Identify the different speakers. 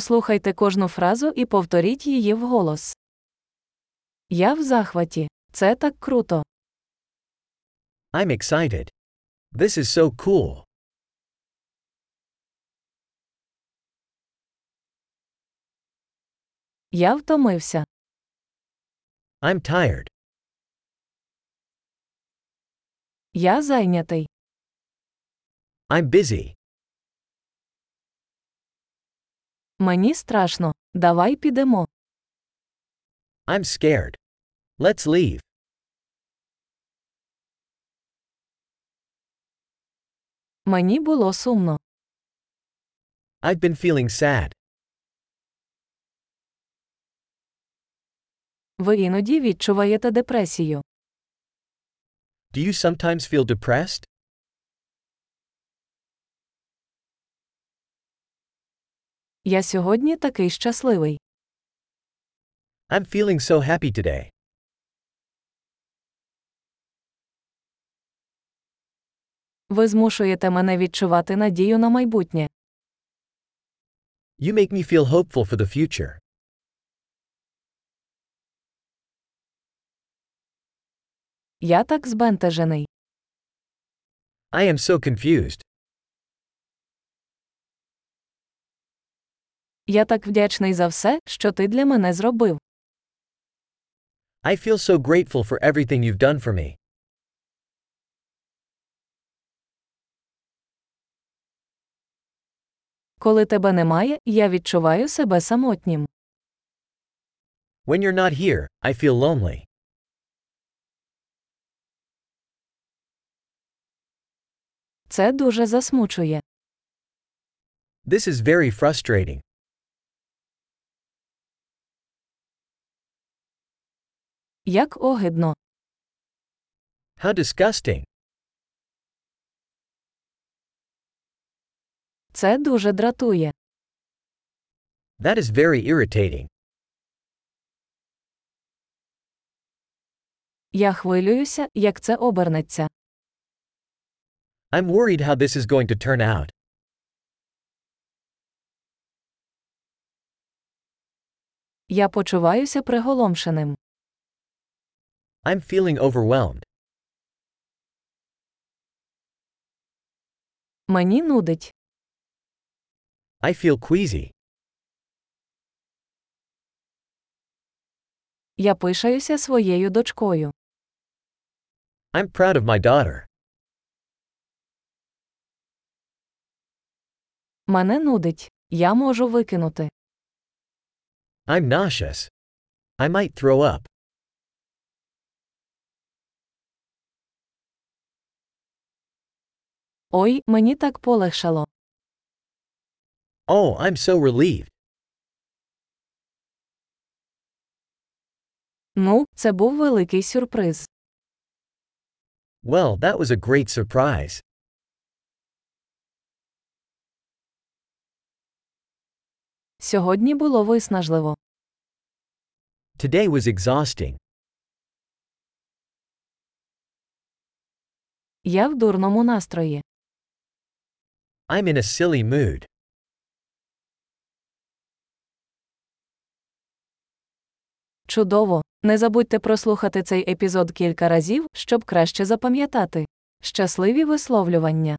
Speaker 1: Послухайте кожну фразу і повторіть її вголос. Я в захваті. Це так круто.
Speaker 2: I'm excited. This is so cool.
Speaker 1: Я втомився.
Speaker 2: I'm tired.
Speaker 1: Я зайнятий.
Speaker 2: I'm busy.
Speaker 1: Мені страшно. Давай підемо.
Speaker 2: I'm scared. Let's leave.
Speaker 1: Мені було сумно.
Speaker 2: I've been feeling sad.
Speaker 1: Ви іноді відчуваєте депресію.
Speaker 2: Do you sometimes feel depressed?
Speaker 1: Я сьогодні такий щасливий.
Speaker 2: I'm feeling so happy today.
Speaker 1: Ви змушуєте мене відчувати надію на майбутнє.
Speaker 2: You make me feel hopeful for the future.
Speaker 1: Я так збентежений.
Speaker 2: I am so confused.
Speaker 1: Я так вдячний за все, що ти для мене зробив.
Speaker 2: I feel so grateful for everything you've done for me.
Speaker 1: Коли тебе немає, я відчуваю себе самотнім.
Speaker 2: When you're not here, I feel lonely.
Speaker 1: Це дуже засмучує.
Speaker 2: This is very frustrating.
Speaker 1: Як огидно.
Speaker 2: How disgusting.
Speaker 1: Це дуже дратує.
Speaker 2: That is very irritating.
Speaker 1: Я хвилююся, як це обернеться.
Speaker 2: I'm worried how this is going to turn out.
Speaker 1: Я почуваюся приголомшеним.
Speaker 2: I'm feeling overwhelmed.
Speaker 1: Мені нудить.
Speaker 2: I feel queasy.
Speaker 1: Я пишаюся своєю дочкою.
Speaker 2: I'm proud of my daughter.
Speaker 1: Мене нудить. Я можу викинути.
Speaker 2: I'm nauseous. I might throw up.
Speaker 1: Ой, мені так полегшало.
Speaker 2: Oh, I'm so relieved.
Speaker 1: Ну, це був великий сюрприз.
Speaker 2: Well, that was a great surprise.
Speaker 1: Сьогодні було виснажливо.
Speaker 2: Today was exhausting.
Speaker 1: Я в дурному настрої.
Speaker 2: I'm in a silly mood.
Speaker 1: Чудово! Не забудьте прослухати цей епізод кілька разів, щоб краще запам'ятати. Щасливі висловлювання!